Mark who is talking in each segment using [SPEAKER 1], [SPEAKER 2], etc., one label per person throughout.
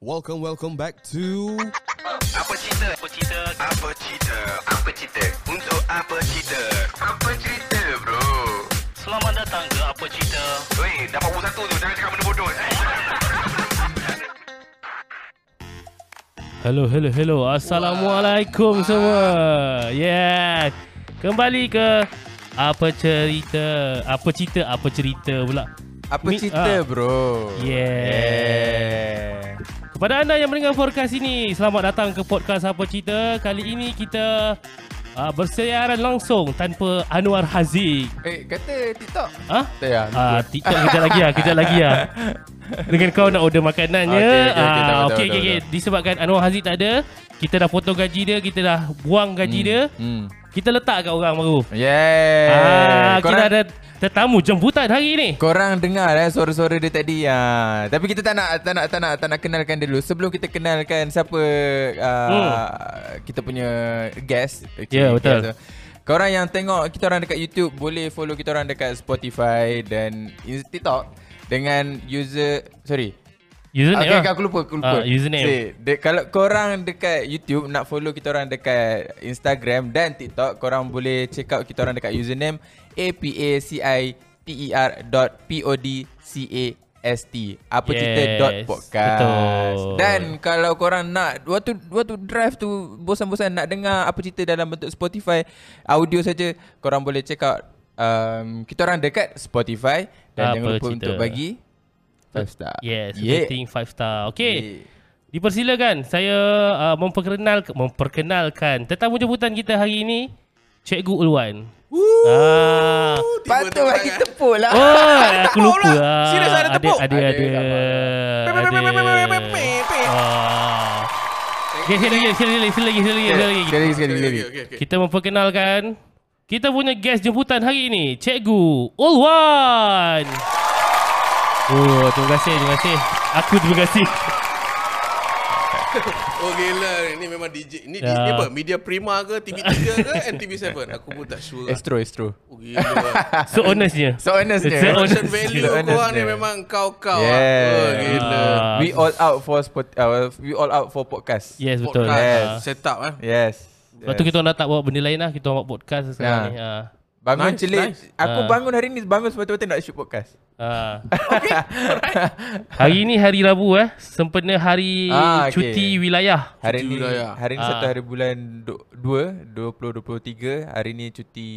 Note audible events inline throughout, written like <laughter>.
[SPEAKER 1] Welcome, welcome back to
[SPEAKER 2] Apa cerita? Apa cerita? Apa cerita? Apa cerita? Untuk apa cerita? Apa cerita, bro?
[SPEAKER 3] Selamat datang ke Apa Cerita
[SPEAKER 2] Weh, dapat pukul satu tu. Jangan cakap benda bodoh. Eh.
[SPEAKER 4] Hello, hello, hello. Assalamualaikum semua. Yeah. Kembali ke apa cerita? Apa cerita? Apa cerita pula?
[SPEAKER 5] Apa
[SPEAKER 4] Mi-
[SPEAKER 5] cerita
[SPEAKER 4] ah.
[SPEAKER 5] bro?
[SPEAKER 4] Yeah. Kepada anda yang mendengar podcast ini, selamat datang ke podcast Apa Cerita. Kali ini kita uh, bersiaran langsung tanpa Anwar Haziq.
[SPEAKER 5] Eh kata TikTok.
[SPEAKER 4] Ah?
[SPEAKER 5] Tak ya.
[SPEAKER 4] Ah, TikTok <laughs> kejap lagi lah, kejap lagi lah. Dengan kau nak order makanannya.
[SPEAKER 5] Okey, okey, okey, tak
[SPEAKER 4] Ah,
[SPEAKER 5] apa, tak
[SPEAKER 4] okey,
[SPEAKER 5] apa,
[SPEAKER 4] okey,
[SPEAKER 5] tak
[SPEAKER 4] okey.
[SPEAKER 5] apa.
[SPEAKER 4] Disebabkan Anwar Haziq tak ada, kita dah potong gaji dia, kita dah buang gaji dia.
[SPEAKER 5] Hmm. Eh,
[SPEAKER 4] Kita letak kat orang baru.
[SPEAKER 5] Yeah.
[SPEAKER 4] ah, kita ada tetamu jemputan hari ni.
[SPEAKER 5] Korang dengar eh suara-suara dia tadi ya. Tapi kita tak nak tak nak tak nak tak nak kenalkan dulu. Sebelum kita kenalkan siapa uh,
[SPEAKER 4] Hmm.
[SPEAKER 5] kita punya guest.
[SPEAKER 4] Ya, betul.
[SPEAKER 5] guest. Korang yang tengok kita orang dekat YouTube boleh follow kita orang dekat Spotify dan in- TikTok dengan user sorry
[SPEAKER 4] Username
[SPEAKER 5] okay,
[SPEAKER 4] lah.
[SPEAKER 5] kan aku lupa, aku lupa.
[SPEAKER 4] Ah, username.
[SPEAKER 5] Si, de, kalau korang dekat YouTube nak follow kita orang dekat Instagram dan TikTok, korang boleh check out kita orang dekat username apaciter E dot podcast apa
[SPEAKER 4] Yes,
[SPEAKER 5] cerita dot podcast
[SPEAKER 4] betul.
[SPEAKER 5] dan kalau korang nak waktu waktu drive tu bosan-bosan nak dengar apa cerita dalam bentuk Spotify audio saja korang boleh check out um, kita orang dekat Spotify dan
[SPEAKER 4] Apa
[SPEAKER 5] jangan lupa
[SPEAKER 4] cerita?
[SPEAKER 5] untuk bagi five star
[SPEAKER 4] Yes,
[SPEAKER 5] Yeah.
[SPEAKER 4] rating 5 star. Okey.
[SPEAKER 5] Yeah.
[SPEAKER 4] Dipersilakan saya uh, memperkenalkan memperkenalkan tetamu jemputan kita hari ini Cikgu Ulwan. Ah.
[SPEAKER 5] Patut bagi tepuk lah
[SPEAKER 4] Oh, aku lupa
[SPEAKER 1] pula.
[SPEAKER 4] lah.
[SPEAKER 1] Serius ada tepuk?
[SPEAKER 4] Ada,
[SPEAKER 5] Ada
[SPEAKER 4] ada,
[SPEAKER 5] kat
[SPEAKER 4] ada. Ah. Okay, sekali lagi, sekali lagi, sekali lagi, sekali lagi, sekali lagi.
[SPEAKER 5] Sekali lagi, sekali lagi.
[SPEAKER 4] Kita memperkenalkan kita punya guest jemputan hari ini, Cikgu Ulwan. Oh, terima kasih, terima kasih. Aku terima kasih.
[SPEAKER 6] Oh gila ni memang DJ Ni
[SPEAKER 4] Ya.
[SPEAKER 6] yeah. ni apa Media Prima ke TV3 ke
[SPEAKER 4] <laughs>
[SPEAKER 6] NTV7 Aku pun tak sure lah.
[SPEAKER 5] Astro, Astro.
[SPEAKER 6] Oh gila
[SPEAKER 4] So honestnya.
[SPEAKER 5] So honestnya.
[SPEAKER 4] So <laughs>
[SPEAKER 6] Production
[SPEAKER 4] honest.
[SPEAKER 6] value
[SPEAKER 5] Honest
[SPEAKER 6] korang ni
[SPEAKER 5] dia.
[SPEAKER 6] memang kau-kau
[SPEAKER 5] Yeah.
[SPEAKER 6] yeah. Oh gila
[SPEAKER 4] Ah,
[SPEAKER 5] We all out for spot, uh, we all out for podcast.
[SPEAKER 4] Yes, betul.
[SPEAKER 6] Podcast
[SPEAKER 5] Yes.
[SPEAKER 4] Ah.
[SPEAKER 6] Set up eh
[SPEAKER 5] Yes.
[SPEAKER 4] Lepas tu kita orang dah tak bawa benda lain lah Kita orang buat podcast sekarang
[SPEAKER 5] Nah.
[SPEAKER 4] ni ah.
[SPEAKER 5] Bangun
[SPEAKER 6] Nice,
[SPEAKER 5] nice, celik.
[SPEAKER 6] nice.
[SPEAKER 5] Aku
[SPEAKER 4] Ah.
[SPEAKER 5] bangun hari ni bangun semata-mata nak shoot podcast.
[SPEAKER 4] Ah. Hari ni hari Rabu eh Sempena hari
[SPEAKER 5] Ah, okey.
[SPEAKER 4] cuti wilayah
[SPEAKER 5] Hari
[SPEAKER 6] Cuti ya.
[SPEAKER 5] ni
[SPEAKER 6] wilayah.
[SPEAKER 5] hari ni
[SPEAKER 4] Ah.
[SPEAKER 5] satu hari bulan 2 2023 hari ni cuti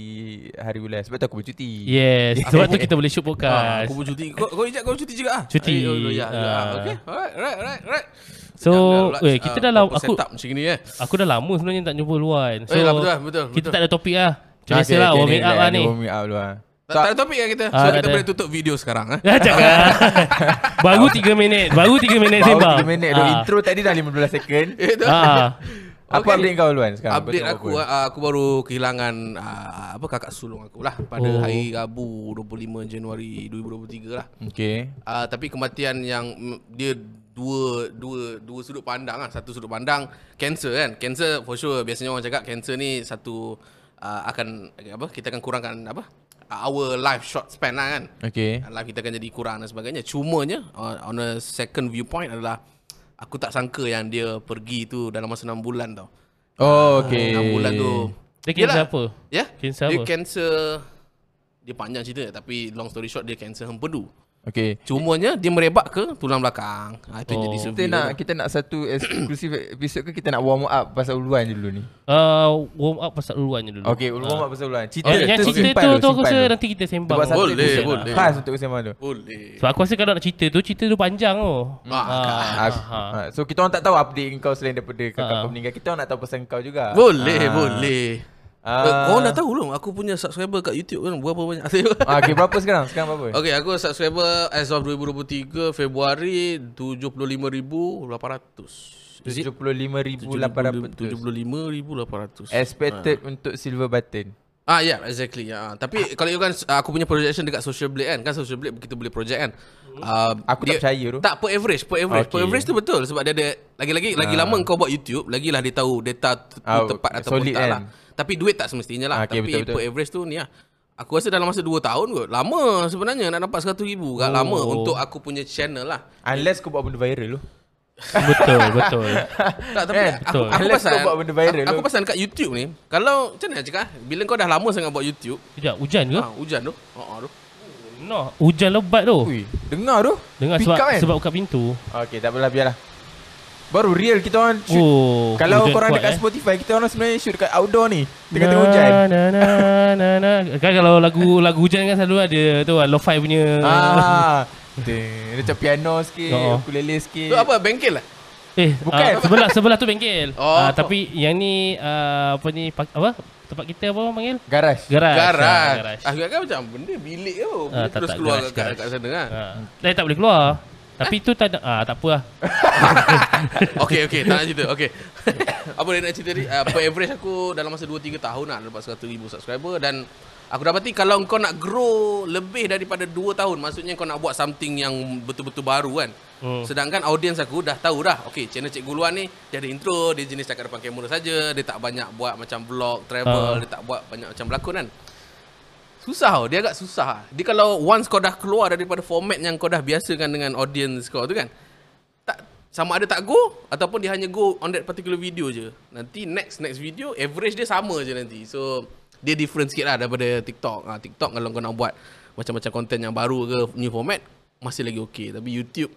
[SPEAKER 5] hari bulan sebab tu aku bercuti. <laughs>
[SPEAKER 4] Yes Sebab tu kita boleh shoot podcast
[SPEAKER 5] Ah,
[SPEAKER 6] Ah, Aku pun cuti Kau, kau ijak kau cuti juga ah.
[SPEAKER 4] Cuti.
[SPEAKER 6] Eh, oh, ya, ya.
[SPEAKER 4] Ah.
[SPEAKER 6] Okay Alright alright alright right.
[SPEAKER 4] So
[SPEAKER 6] Dah- dah
[SPEAKER 4] eh,
[SPEAKER 6] lah,
[SPEAKER 4] Kita
[SPEAKER 6] ah,
[SPEAKER 4] dah lama
[SPEAKER 6] proper
[SPEAKER 4] Aku
[SPEAKER 6] Set up macam ni eh
[SPEAKER 4] aku dah lama sebenarnya tak jumpa luan
[SPEAKER 5] Eh,
[SPEAKER 4] So
[SPEAKER 6] lah, betul lah, betul,
[SPEAKER 4] Kita
[SPEAKER 6] betul.
[SPEAKER 4] tak ada topik lah Macam
[SPEAKER 5] Ah,
[SPEAKER 4] biasa lah Warming up lah ni
[SPEAKER 5] Warming up dulu ah.
[SPEAKER 6] Tak, tak ada topik kan kita So
[SPEAKER 4] Ah, tak
[SPEAKER 6] kita
[SPEAKER 4] ada.
[SPEAKER 6] boleh tutup video sekarang eh
[SPEAKER 4] Dah Ah, cakap <laughs> Baru 3 minit Baru 3 minit sembang
[SPEAKER 5] Baru 3 minit dulu
[SPEAKER 4] Ah.
[SPEAKER 5] intro tadi dah 15
[SPEAKER 6] <laughs>
[SPEAKER 5] second.
[SPEAKER 6] Itu
[SPEAKER 4] Ah.
[SPEAKER 5] Apa update kau Luan
[SPEAKER 4] Ya.
[SPEAKER 5] sekarang?
[SPEAKER 6] Update
[SPEAKER 5] Kau
[SPEAKER 6] aku
[SPEAKER 5] tengok apa?
[SPEAKER 6] ah, aku baru kehilangan ah, apa kakak sulung aku lah pada
[SPEAKER 4] Oh.
[SPEAKER 6] oh. hari Rabu 25 Januari 2023 lah.
[SPEAKER 5] Okay.
[SPEAKER 6] Ah, tapi kematian yang mm, dia dua dua dua sudut pandang lah. Satu sudut pandang cancer kan. Cancer for sure biasanya orang cakap cancer ni satu ah, akan apa kita akan kurangkan apa ah, our life short span lah kan.
[SPEAKER 5] Okay.
[SPEAKER 6] Life kita akan jadi kurang dan sebagainya. Cumanya on, on a second viewpoint adalah aku tak sangka yang dia pergi tu dalam masa 6 bulan tau.
[SPEAKER 5] Oh, okay.
[SPEAKER 6] 6 bulan tu
[SPEAKER 4] Dia cancer
[SPEAKER 6] Yelah.
[SPEAKER 4] apa?
[SPEAKER 6] Ya
[SPEAKER 4] Cancer
[SPEAKER 6] Dia
[SPEAKER 4] apa?
[SPEAKER 6] cancer Dia panjang cerita Tapi long story short Dia cancer hempedu
[SPEAKER 5] Okay.
[SPEAKER 6] Cumanya dia merebak ke tulang belakang ha, Itu
[SPEAKER 4] Oh.
[SPEAKER 6] oh. jadi severe
[SPEAKER 5] Kita nak kita nak satu eksklusif <coughs> episod ke kita nak warm up pasal uluan dulu ni.
[SPEAKER 4] Ah, Warm up pasal Ulwan je dulu
[SPEAKER 5] Okay, warm up pasal uluan. Cerita
[SPEAKER 4] Eh, Yang cerita
[SPEAKER 5] simpan
[SPEAKER 4] tu
[SPEAKER 5] dulu,
[SPEAKER 4] tu aku
[SPEAKER 5] simpan
[SPEAKER 4] rasa
[SPEAKER 5] dulu.
[SPEAKER 4] nanti kita
[SPEAKER 5] Kita
[SPEAKER 4] sembang
[SPEAKER 5] buat satu lah. Ah.
[SPEAKER 6] Boleh,
[SPEAKER 5] episod
[SPEAKER 6] boleh.
[SPEAKER 5] Khas untuk kesemua tu.
[SPEAKER 6] Boleh
[SPEAKER 4] Sebab aku rasa kalau nak cerita tu Cerita tu panjang tu
[SPEAKER 6] Ah,
[SPEAKER 5] <laughs>
[SPEAKER 4] Ah,
[SPEAKER 5] Ah,
[SPEAKER 4] ah, ah.
[SPEAKER 5] ah, So kita orang tak tahu update kau selain daripada kakak
[SPEAKER 4] Ah.
[SPEAKER 5] kau meninggal. Kita orang nak tahu pasal kau juga.
[SPEAKER 6] Boleh
[SPEAKER 5] Ah.
[SPEAKER 6] Boleh
[SPEAKER 5] Ah.
[SPEAKER 6] uh, Korang dah tahu belum Aku punya subscriber kat YouTube kan Berapa banyak <laughs> saya
[SPEAKER 5] Ah, okay, berapa sekarang? Sekarang berapa?
[SPEAKER 6] Okay aku subscriber As of 2023 Februari 75,800
[SPEAKER 5] 75,800.
[SPEAKER 6] 75,800
[SPEAKER 5] Expected
[SPEAKER 4] Ah.
[SPEAKER 5] untuk silver button.
[SPEAKER 6] Ah ya, yeah, exactly. Ya. Tapi kalau you kan ah, aku punya projection dekat Social Blade kan, kan Social Blade kita boleh project kan. Uh,
[SPEAKER 5] Aku tak percaya tu.
[SPEAKER 6] Tak per average, per average. Per
[SPEAKER 5] Okay.
[SPEAKER 6] average tu betul sebab dia ada lagi-lagi lagi lama kau buat YouTube, lagilah dia tahu data tu, tu
[SPEAKER 5] Ah,
[SPEAKER 6] tepat ataupun
[SPEAKER 5] solid
[SPEAKER 6] tak
[SPEAKER 5] kan? Ah,
[SPEAKER 6] lah. Tapi duit tak semestinya lah.
[SPEAKER 5] Okay,
[SPEAKER 6] Tapi
[SPEAKER 5] betul, betul.
[SPEAKER 6] per average tu ni lah. Aku rasa dalam masa 2 tahun kot.
[SPEAKER 5] Oh.
[SPEAKER 6] Lama sebenarnya nak dapat 100 ribu. Agak lama untuk aku punya channel lah.
[SPEAKER 5] Unless kau buat benda viral tu.
[SPEAKER 4] Betul, betul.
[SPEAKER 6] Tak tapi
[SPEAKER 5] Kan?
[SPEAKER 6] aku,
[SPEAKER 4] Betul.
[SPEAKER 6] aku
[SPEAKER 5] Unless
[SPEAKER 6] pasal
[SPEAKER 5] kau buat benda viral
[SPEAKER 6] Aku
[SPEAKER 5] tu.
[SPEAKER 6] pasal kat YouTube ni. Kalau macam mana nak cakap ah? Bila kau dah lama sangat buat YouTube,
[SPEAKER 4] Sekejap, hujan
[SPEAKER 5] Hmm?
[SPEAKER 6] ha,
[SPEAKER 4] ke?
[SPEAKER 6] hujan tu. Ha ah, tu.
[SPEAKER 4] No, hujan lebat tu.
[SPEAKER 5] Ui, dengar tu.
[SPEAKER 4] Oh. Dengar
[SPEAKER 5] Pick
[SPEAKER 4] sebab
[SPEAKER 5] up, kan?
[SPEAKER 4] sebab buka pintu.
[SPEAKER 5] Okey, tak apalah biarlah. Baru real kita orang shoot.
[SPEAKER 4] Oh,
[SPEAKER 5] Kalau
[SPEAKER 4] hujan
[SPEAKER 5] korang
[SPEAKER 4] kuat,
[SPEAKER 5] dekat
[SPEAKER 4] eh. Ya,
[SPEAKER 5] Spotify, kita orang sebenarnya shoot dekat outdoor ni. Tengah-tengah hujan.
[SPEAKER 4] Na na na na. Kan kalau lagu lagu hujan kan selalu ada tu lah lo-fi punya.
[SPEAKER 5] Ah. Dia dia macam piano sikit,
[SPEAKER 4] Oh.
[SPEAKER 5] ukulele sikit.
[SPEAKER 6] Tu apa bengkel lah?
[SPEAKER 4] Eh,
[SPEAKER 5] Bukan.
[SPEAKER 4] bukan. sebelah sebelah tu bengkel.
[SPEAKER 6] Oh.
[SPEAKER 4] Ah, tapi yang ni ah, apa ni pak- apa? Tempat kita apa orang panggil?
[SPEAKER 5] Garaj.
[SPEAKER 4] Garaj. Ah,
[SPEAKER 6] Garaj.
[SPEAKER 4] garaj.
[SPEAKER 6] Aku kan macam benda bilik tu.
[SPEAKER 4] Ah,
[SPEAKER 6] Bila
[SPEAKER 4] tak,
[SPEAKER 6] terus
[SPEAKER 4] tak,
[SPEAKER 6] keluar
[SPEAKER 4] garaj,
[SPEAKER 6] kat
[SPEAKER 4] garaj.
[SPEAKER 6] kat sana kan.
[SPEAKER 4] Ah. Saya tak boleh keluar. Tapi tu tak ada ah tak apalah.
[SPEAKER 6] <laughs> Okey okey, tak nak cerita. Okey. <coughs> apa dia nak cerita ni? Uh, per average aku dalam masa 2 3 tahun lah lepas 100,000 subscriber dan aku dapati kalau kau nak grow lebih daripada 2 tahun, maksudnya kau nak buat something yang betul-betul baru kan.
[SPEAKER 4] Hmm.
[SPEAKER 6] Sedangkan audience aku dah tahu dah. Okey, channel Cikgu Luan ni dia ada intro, dia jenis cakap depan kamera saja, dia tak banyak buat macam vlog, travel,
[SPEAKER 4] Ah.
[SPEAKER 6] dia tak buat banyak macam berlakon kan. Susah tau, dia agak susah lah. Dia kalau once kau dah keluar daripada format yang kau dah biasakan dengan audience kau tu kan tak sama ada tak go ataupun dia hanya go on that particular video je. Nanti next next video average dia sama je nanti. So dia different sikit lah daripada TikTok. Ha, TikTok kalau kau nak buat macam-macam konten yang baru ke new format masih lagi okey. Tapi YouTube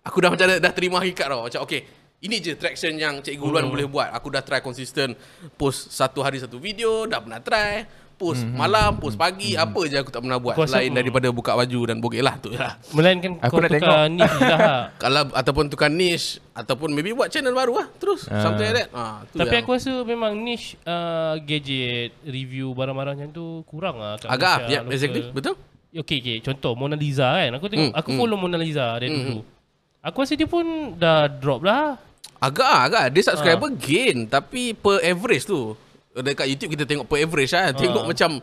[SPEAKER 6] aku dah macam dah, dah terima hakikat tau. Macam okey ini je traction yang Cikgu Luan boleh buat. Aku dah try konsisten post satu hari satu video, dah pernah try. Post malam, post pagi, apa je aku tak pernah buat.
[SPEAKER 4] Aku rasa-
[SPEAKER 6] Selain daripada buka baju dan bogel lah tu <laughs> je lah.
[SPEAKER 4] Melainkan
[SPEAKER 5] Aku
[SPEAKER 4] kau
[SPEAKER 5] nak
[SPEAKER 4] tukar ni lah.
[SPEAKER 6] Kalau ataupun tukar niche ataupun maybe buat channel baru lah terus
[SPEAKER 5] Ah.
[SPEAKER 6] something like that. Ah tu
[SPEAKER 4] Tapi
[SPEAKER 6] yang.
[SPEAKER 4] aku rasa memang niche uh, gadget review barang-barang macam tu kurang lah kat
[SPEAKER 6] agak
[SPEAKER 4] Malaysia,
[SPEAKER 6] yeah,
[SPEAKER 4] local. Eh,
[SPEAKER 6] exactly betul.
[SPEAKER 4] Okay, okay. Contoh Mona Lisa kan. Aku tengok
[SPEAKER 6] Hmm,
[SPEAKER 4] aku follow Mona Lisa dari dulu. Aku rasa dia pun dah drop lah.
[SPEAKER 6] Agak ah, agak dia subscriber gain tapi per average tu. Dekat YouTube kita tengok per average lah. Tengok macam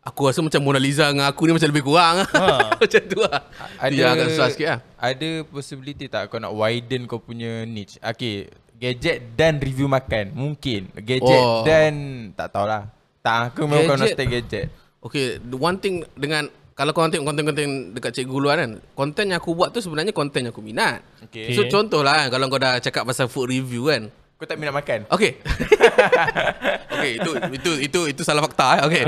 [SPEAKER 6] aku rasa macam Mona Lisa dengan aku ni macam lebih kurang.
[SPEAKER 4] Ah.
[SPEAKER 6] <laughs> macam tu lah. Ada yang agak susah sikit lah.
[SPEAKER 5] Ada possibility tak kau nak widen kau punya niche? Okay, gadget dan review makan. Mungkin. Gadget
[SPEAKER 6] Oh.
[SPEAKER 5] dan tak tahulah. Tak, aku memang kau nak
[SPEAKER 6] Gadget.
[SPEAKER 5] stay gadget.
[SPEAKER 6] Okay, the one thing dengan kalau kau tengok konten-konten dekat Cikgu Luan kan, konten yang aku buat tu sebenarnya konten yang aku minat.
[SPEAKER 5] Okay.
[SPEAKER 6] So contohlah kan, kalau kau dah cakap pasal food review kan,
[SPEAKER 5] Kau tak minat makan?
[SPEAKER 6] <laughs> Okay. okay, itu itu itu itu salah fakta eh. Okay.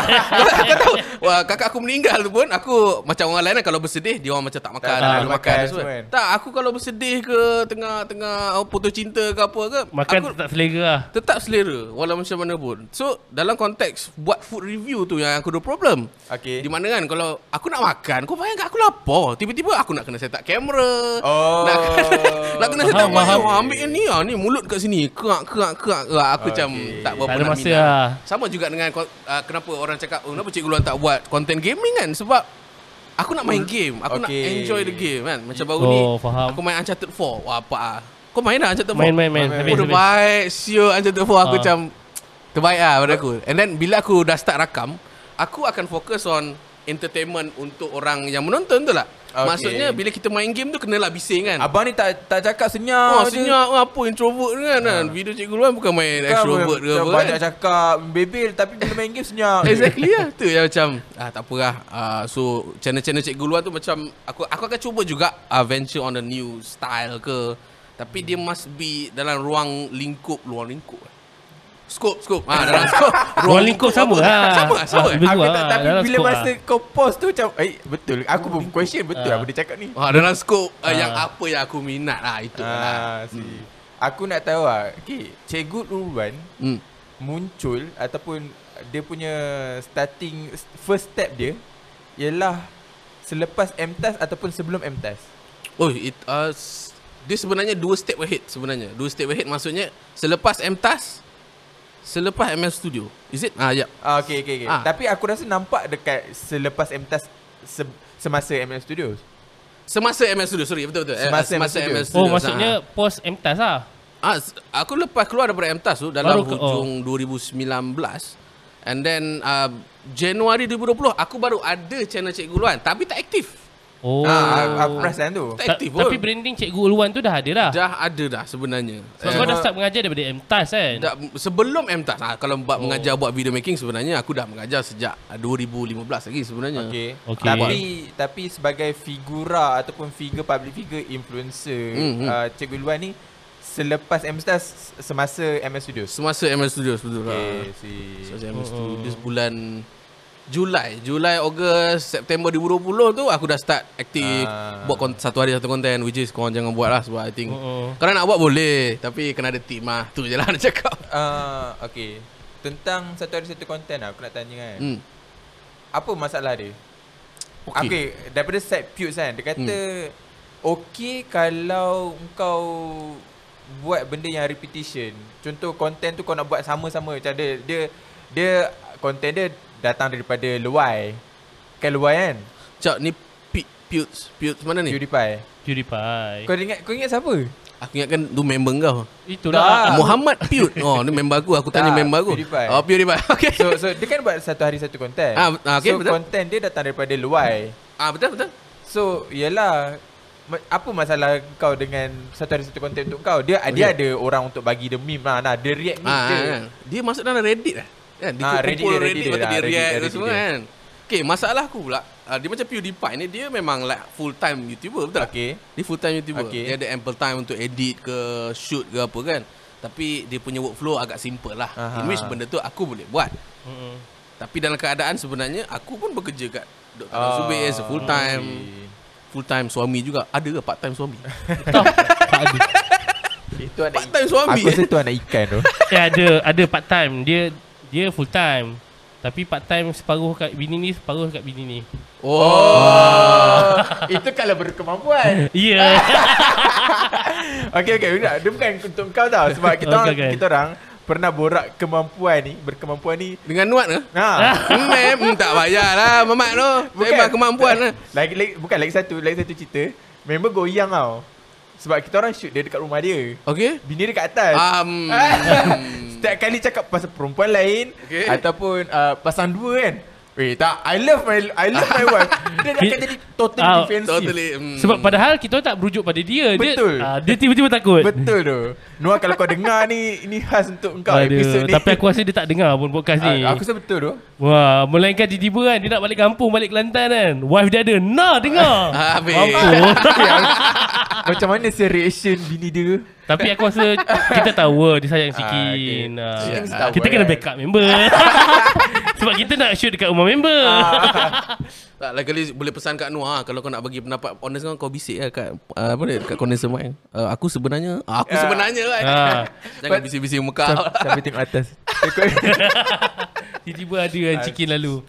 [SPEAKER 6] <laughs> kau, kau tahu, wah, kakak aku meninggal tu pun aku macam orang lain kan, kalau bersedih dia orang macam tak makan, tak,
[SPEAKER 5] Tak, tak
[SPEAKER 6] makan,
[SPEAKER 5] makan
[SPEAKER 6] makan
[SPEAKER 5] semua kan.
[SPEAKER 6] Tak, aku kalau bersedih ke tengah tengah oh, putus cinta ke apa ke,
[SPEAKER 4] Makan
[SPEAKER 6] aku
[SPEAKER 4] tak selera lah.
[SPEAKER 6] tetap selera walau macam mana pun. So, dalam konteks buat food review tu yang aku ada problem.
[SPEAKER 5] Okay.
[SPEAKER 6] Di mana kan kalau aku nak makan, kau bayangkan aku lapar. Tiba-tiba aku nak kena setak kamera.
[SPEAKER 5] Oh.
[SPEAKER 6] Nak, nak kena <laughs> setak
[SPEAKER 4] Faham, faham.
[SPEAKER 6] wayang. Wah, Ambil yang ni ah, ni mulut kat sini. Kerak kerak kerak. kerak. Aku
[SPEAKER 5] Okay.
[SPEAKER 6] macam tak berapa
[SPEAKER 4] Tak ada
[SPEAKER 6] nak Oh,
[SPEAKER 4] masa
[SPEAKER 6] minat.
[SPEAKER 4] lah.
[SPEAKER 6] Sama juga dengan uh, kenapa orang cakap, "Oh, kenapa Cikgu Luan tak buat konten gaming kan?" Sebab aku nak main game. Aku nak
[SPEAKER 5] Okay.
[SPEAKER 6] enjoy the game kan. Macam baru
[SPEAKER 4] Oh,
[SPEAKER 6] ni
[SPEAKER 4] faham.
[SPEAKER 6] aku main Uncharted 4. Wah, apa ah. Kau main lah Uncharted 4?
[SPEAKER 4] Main, main, main.
[SPEAKER 5] Main,
[SPEAKER 4] Habis,
[SPEAKER 6] Aku
[SPEAKER 4] habis.
[SPEAKER 6] terbaik Sure Uncharted 4 Aku
[SPEAKER 4] Ah.
[SPEAKER 6] macam Terbaik lah pada aku And then bila aku dah start rakam Aku akan fokus on Entertainment untuk orang yang menonton tu lah
[SPEAKER 5] Okay.
[SPEAKER 6] Maksudnya bila kita main game tu Kenalah bising kan
[SPEAKER 5] Abang ni tak tak cakap senyap
[SPEAKER 6] Oh,
[SPEAKER 5] je.
[SPEAKER 6] senyap oh, apa introvert ni kan, kan? Video Cikgu Luan bukan main
[SPEAKER 5] Kan
[SPEAKER 6] extrovert ke
[SPEAKER 5] macam
[SPEAKER 6] apa
[SPEAKER 5] Banyak
[SPEAKER 6] kan?
[SPEAKER 5] cakap Bebel Tapi bila main game
[SPEAKER 6] <laughs>
[SPEAKER 5] <laughs> senyap
[SPEAKER 6] Exactly lah Tu yang macam ah, Tak apa lah ah, So channel-channel Cikgu Luan tu macam Aku aku akan cuba juga ah, Venture on a new style ke Tapi dia must be Dalam ruang lingkup Luar lingkup lah. Scope, scope ah, Dalam scope
[SPEAKER 4] Ruang lingkup
[SPEAKER 6] apa?
[SPEAKER 4] sama lah.
[SPEAKER 6] Sama lah, sama lah.
[SPEAKER 4] Ah, lebih
[SPEAKER 5] Aku
[SPEAKER 4] kurang
[SPEAKER 5] tak
[SPEAKER 4] lah,
[SPEAKER 5] Tapi
[SPEAKER 4] dalam
[SPEAKER 5] bila
[SPEAKER 4] skop
[SPEAKER 5] masa
[SPEAKER 4] lah.
[SPEAKER 5] kau post tu macam Eh betul Aku pun question betul lah, Apa dia cakap ni
[SPEAKER 6] Ah, dalam skop ah,
[SPEAKER 4] Ah.
[SPEAKER 6] yang apa yang aku minat lah itu lah.
[SPEAKER 5] Ah, si. Aku nak tahu lah okay, Cikgu Urban
[SPEAKER 6] Hmm.
[SPEAKER 5] Muncul Ataupun Dia punya Starting First step dia Ialah Selepas MTAS Ataupun sebelum MTAS
[SPEAKER 6] Oh, it, uh, s- dia sebenarnya dua step ahead sebenarnya. Dua step ahead maksudnya selepas MTAS selepas ML Studio. Is it? Ah, ya.
[SPEAKER 5] ah, Okay okay, okay.
[SPEAKER 6] Ah.
[SPEAKER 5] Tapi aku rasa nampak dekat Selepas MTAS se- Semasa ML Studios
[SPEAKER 6] Semasa ML Studio, sorry, betul betul. Eh,
[SPEAKER 5] Semasa ML Studio.
[SPEAKER 4] Oh, maksudnya post MTAS lah.
[SPEAKER 6] ha. Ah, s- aku lepas keluar daripada MTAS tu dalam
[SPEAKER 4] Baru ke- oh.
[SPEAKER 6] hujung 2019 ah, and then uh, Januari 2020 aku baru ada channel Cikgu Luan tapi tak aktif.
[SPEAKER 4] Oh.
[SPEAKER 5] Ah, ah, ah, press time tu.
[SPEAKER 6] Tak
[SPEAKER 4] Ta-
[SPEAKER 6] aktif
[SPEAKER 4] tapi
[SPEAKER 6] pun.
[SPEAKER 4] branding Cikgu Uluan tu dah ada dah.
[SPEAKER 6] Dah ada dah sebenarnya. Eh,
[SPEAKER 4] Sebab kau dah start mengajar daripada MTAS kan?
[SPEAKER 6] Dah, sebelum MTAS ah, Kalau buat
[SPEAKER 5] Oh.
[SPEAKER 6] mengajar buat video making Sebenarnya aku dah mengajar sejak ah, 2015 lagi sebenarnya
[SPEAKER 5] Okay.
[SPEAKER 4] Okey.
[SPEAKER 5] okay. Tapi tapi sebagai figura ataupun figure public figure influencer
[SPEAKER 6] Hmm,
[SPEAKER 5] mm-hmm.
[SPEAKER 6] hmm.
[SPEAKER 5] uh, Cikgu Luan ni selepas MSTAS semasa MS Studios.
[SPEAKER 6] Semasa MS Studios betul lah
[SPEAKER 5] Okay, si.
[SPEAKER 6] Semasa MS Studios bulan Julai Julai, Ogos, September 2020 tu Aku dah start aktif
[SPEAKER 5] Ah.
[SPEAKER 6] Buat kon- satu hari satu konten Which is korang jangan buat lah Sebab I think
[SPEAKER 4] Oh, oh.
[SPEAKER 6] Kalau nak buat boleh Tapi kena ada team lah Tu je lah <laughs> nak cakap
[SPEAKER 5] Ah, okay. Tentang satu hari satu konten lah aku nak tanya kan.
[SPEAKER 6] hmm.
[SPEAKER 5] Apa masalah dia?
[SPEAKER 6] Okey.
[SPEAKER 5] Okay. okay daripada side Pewds kan Dia kata hmm. Okay kalau kau Buat benda yang repetition Contoh konten tu kau nak buat sama-sama Macam dia Dia, dia Konten dia datang daripada Luai Kan Luai kan
[SPEAKER 6] Cak ni Pi- Pewds Pewds mana ni?
[SPEAKER 5] PewDiePie
[SPEAKER 4] PewDiePie.
[SPEAKER 5] Kau ingat kau ingat siapa?
[SPEAKER 6] Aku ingatkan tu member kau
[SPEAKER 4] Itulah.
[SPEAKER 5] Ah.
[SPEAKER 6] Muhammad Pewd Oh ni member aku Aku tanya
[SPEAKER 5] Tak,
[SPEAKER 6] member aku
[SPEAKER 5] PewDiePie.
[SPEAKER 6] Oh PewDiePie <laughs> Okay
[SPEAKER 5] So, so dia kan buat satu hari satu konten
[SPEAKER 6] Ah, ah, okay,
[SPEAKER 5] So
[SPEAKER 6] betul.
[SPEAKER 5] konten dia datang daripada Luai
[SPEAKER 6] Ah betul betul.
[SPEAKER 5] So yelah ma- apa masalah kau dengan satu hari satu konten untuk kau? Dia dia ada orang untuk bagi the meme lah. Nah, dia react meme
[SPEAKER 6] Ah,
[SPEAKER 5] je.
[SPEAKER 6] ah, ah. dia masuk dalam Reddit lah. Kan? Dia
[SPEAKER 5] Ah,
[SPEAKER 6] kumpul Reddit,
[SPEAKER 5] Reddit dia,
[SPEAKER 6] Reddit,
[SPEAKER 5] Reddit
[SPEAKER 6] lepas tu
[SPEAKER 5] dia
[SPEAKER 6] dia
[SPEAKER 5] lah,
[SPEAKER 6] react
[SPEAKER 5] Reddit
[SPEAKER 6] tu semua
[SPEAKER 5] dia.
[SPEAKER 6] kan. Okay, masalah aku pula. ah, dia macam PewDiePie ni, dia memang like full time YouTuber betul tak?
[SPEAKER 5] Okey.
[SPEAKER 6] Dia full time YouTuber.
[SPEAKER 5] Okey.
[SPEAKER 6] Dia ada ample time untuk edit ke shoot ke apa kan. Tapi dia punya workflow agak simple lah.
[SPEAKER 5] Aha.
[SPEAKER 6] In which benda tu aku boleh buat. Tapi dalam keadaan sebenarnya aku pun bekerja kat Dr.
[SPEAKER 5] Ah,
[SPEAKER 6] Oh, Zubir as a full time full time suami juga. Ada ke part time suami?
[SPEAKER 4] tak ada.
[SPEAKER 5] okay. Itu ada
[SPEAKER 6] part time suami.
[SPEAKER 5] Aku rasa tu anak ikan <laughs> tu.
[SPEAKER 4] Eh, ada ada part time. Dia dia full time. Tapi part time separuh kat bini ni, separuh kat bini ni.
[SPEAKER 5] Oh. <laughs> itu kalau berkemampuan.
[SPEAKER 4] Ya.
[SPEAKER 5] Ah.
[SPEAKER 4] Yeah.
[SPEAKER 5] Okey okey, budak. dia bukan untuk kau tau <laughs> sebab kita orang
[SPEAKER 4] Bukan, kan?
[SPEAKER 5] kita orang pernah borak kemampuan ni, berkemampuan ni.
[SPEAKER 6] Dengan Nuat ke?
[SPEAKER 5] <laughs> Ha.
[SPEAKER 6] Hmm, mem, hmm, tak payahlah Mamat tu. Sebab kemampuan lah.
[SPEAKER 5] Lagi, lagi bukan lagi satu, lagi satu cerita. Member goyang tau. Sebab kita orang shoot dia dekat rumah dia.
[SPEAKER 6] Okey.
[SPEAKER 5] Bini dia kat atas.
[SPEAKER 6] Um,
[SPEAKER 5] <laughs> Setiap kali cakap pasal perempuan lain Hmm. okay.
[SPEAKER 6] Okay.
[SPEAKER 5] ataupun uh, pasang dua kan. Weh tak I love my I love my <laughs> wife. Dia akan jadi totally
[SPEAKER 4] Ah,
[SPEAKER 5] defensive.
[SPEAKER 6] <laughs> totally. Hmm.
[SPEAKER 4] <laughs> Sebab padahal kita tak berujuk pada dia.
[SPEAKER 5] Betul.
[SPEAKER 4] Dia, ah, dia tiba-tiba takut.
[SPEAKER 5] Betul tu. Noah kalau kau dengar ni ini khas untuk kau
[SPEAKER 4] Aduh, tapi aku rasa dia tak dengar pun podcast ni.
[SPEAKER 5] uh, aku rasa betul tu.
[SPEAKER 4] Wah, melainkan tiba-tiba kan dia nak balik kampung, balik Kelantan kan. Wife dia ada, nah
[SPEAKER 5] <laughs>
[SPEAKER 4] dengar.
[SPEAKER 5] Ah,
[SPEAKER 6] Habis.
[SPEAKER 4] Mampu.
[SPEAKER 5] Ya. Macam mana si reaction bini dia?
[SPEAKER 4] tapi aku rasa kita tahu dia sayang
[SPEAKER 5] Ah,
[SPEAKER 4] sikit.
[SPEAKER 5] okay.
[SPEAKER 4] Ah,
[SPEAKER 5] Kita mesti tahu,
[SPEAKER 4] Kita kena
[SPEAKER 5] kan?
[SPEAKER 4] backup member. <laughs> Sebab kita nak shoot dekat rumah member.
[SPEAKER 5] Ah.
[SPEAKER 6] Tak, lain kali boleh pesan kat Noah kalau kau nak bagi pendapat honest kau kau bisik lah kat uh, apa dia kat corner mic. Uh, aku sebenarnya, uh, aku
[SPEAKER 5] Ah.
[SPEAKER 6] sebenarnya kan.
[SPEAKER 4] Ah.
[SPEAKER 6] <laughs> Jangan bisik-bisik muka.
[SPEAKER 5] Sam-
[SPEAKER 6] <laughs>
[SPEAKER 5] Sampai tengok atas. Tengok-
[SPEAKER 4] <laughs> Tiba-tiba ada kan chicken lalu.
[SPEAKER 5] <laughs>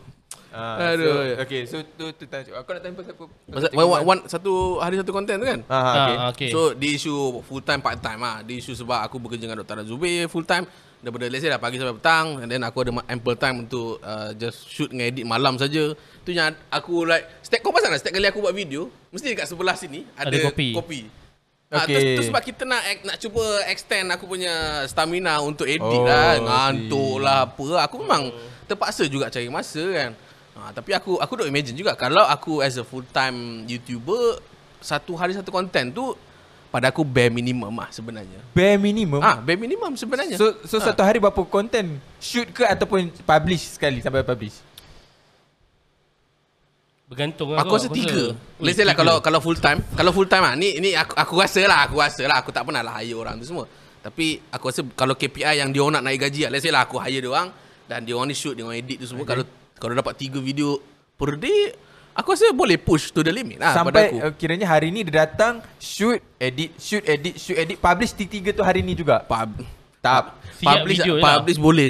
[SPEAKER 5] Ah,
[SPEAKER 6] Aduh.
[SPEAKER 5] So, okay, so tu tu tanya. Aku nak tanya pasal apa?
[SPEAKER 6] Masa, one, one, one, satu hari satu konten tu kan?
[SPEAKER 5] Ah, ah, okay.
[SPEAKER 4] Ah, okay.
[SPEAKER 6] So dia isu full time part time ah. Dia isu sebab aku bekerja dengan Dr. Zubir full time daripada let's say dah pagi sampai petang and then aku ada ma- ample time untuk uh, just shoot dengan edit malam saja. Tu yang aku like setiap kau pasal tak setiap kali aku buat video mesti dekat sebelah sini ada,
[SPEAKER 4] Ada kopi.
[SPEAKER 6] kopi. Ah,
[SPEAKER 5] Okay.
[SPEAKER 6] tu, tu sebab kita nak ek- nak cuba extend aku punya stamina untuk edit
[SPEAKER 5] Oh,
[SPEAKER 6] lah,
[SPEAKER 5] I see.
[SPEAKER 6] ngantuk lah apa. lah. Aku memang terpaksa juga cari masa kan. Ha, tapi aku aku duk imagine juga kalau aku as a full time YouTuber satu hari satu konten tu pada aku bare minimum lah sebenarnya.
[SPEAKER 5] Bare minimum.
[SPEAKER 6] Ah, bare minimum sebenarnya.
[SPEAKER 5] Oh. So so
[SPEAKER 6] Ah.
[SPEAKER 5] ha. satu hari berapa konten shoot ke ataupun publish sekali sampai publish?
[SPEAKER 4] Bergantung lah
[SPEAKER 6] Aku
[SPEAKER 4] kot,
[SPEAKER 6] rasa tiga Let's say lah Kalau kalau full time Kalau full time lah Ni, ni aku, aku rasa lah Aku rasa lah Aku tak pernah lah hire orang tu semua Tapi aku rasa Kalau KPI yang dia orang nak naik gaji lah Let's say lah aku hire dia orang Dan dia orang ni shoot Dia orang edit tu semua Kalau kalau dapat tiga video Per day Aku rasa boleh push to the limit lah pada
[SPEAKER 5] sampai uh,
[SPEAKER 6] aku
[SPEAKER 5] kiranya hari ni dia datang shoot edit shoot edit shoot edit publish tiga tu hari ni juga.
[SPEAKER 6] Pub,
[SPEAKER 5] Tak.
[SPEAKER 4] Siap
[SPEAKER 6] publish,
[SPEAKER 4] video je lah.
[SPEAKER 6] publish boleh